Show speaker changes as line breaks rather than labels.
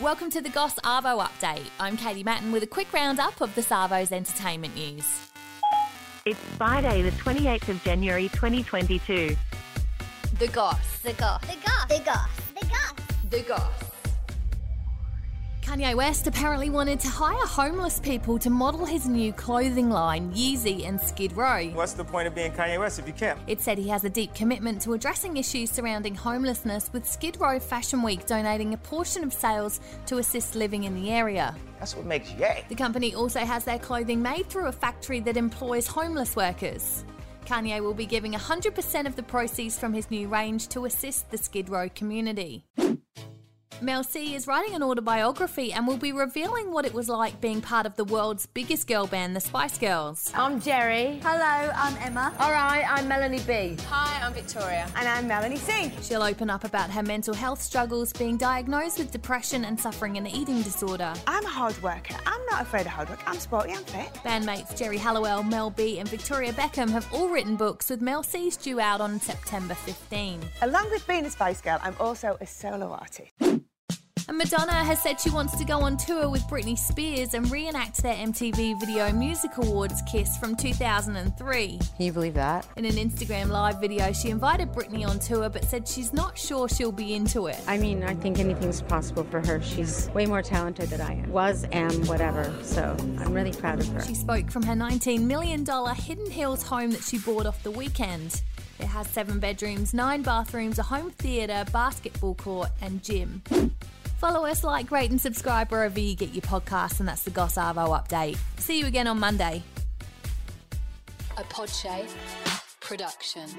Welcome to the Goss Arvo Update. I'm Katie Matten with a quick roundup of the Savo's entertainment news.
It's Friday, the 28th of January 2022.
The Goss. The Goss.
The goss. The goss. The goss.
The Goss.
Kanye West apparently wanted to hire homeless people to model his new clothing line, Yeezy and Skid Row.
What's the point of being Kanye West if you can't?
It said he has a deep commitment to addressing issues surrounding homelessness, with Skid Row Fashion Week donating a portion of sales to assist living in the area.
That's what makes yay.
The company also has their clothing made through a factory that employs homeless workers. Kanye will be giving 100% of the proceeds from his new range to assist the Skid Row community. Mel C is writing an autobiography and will be revealing what it was like being part of the world's biggest girl band, the Spice Girls.
I'm Jerry.
Hello, I'm Emma.
All right, I'm Melanie B.
Hi, I'm Victoria.
And I'm Melanie C.
She'll open up about her mental health struggles, being diagnosed with depression and suffering an eating disorder.
I'm a hard worker. I'm not afraid of hard work. I'm sporty, I'm fit.
Bandmates Jerry Halliwell, Mel B, and Victoria Beckham have all written books, with Mel C's due out on September 15.
Along with being a Spice Girl, I'm also a solo artist.
And Madonna has said she wants to go on tour with Britney Spears and reenact their MTV Video Music Awards kiss from 2003.
Can you believe that?
In an Instagram live video, she invited Britney on tour but said she's not sure she'll be into it.
I mean, I think anything's possible for her. She's way more talented than I am. Was, am, whatever. So I'm really proud of her.
She spoke from her $19 million Hidden Hills home that she bought off the weekend. It has seven bedrooms, nine bathrooms, a home theatre, basketball court, and gym. Follow us, like, rate, and subscribe wherever you get your podcasts, and that's the Goss Arvo update. See you again on Monday.
A Podshape production.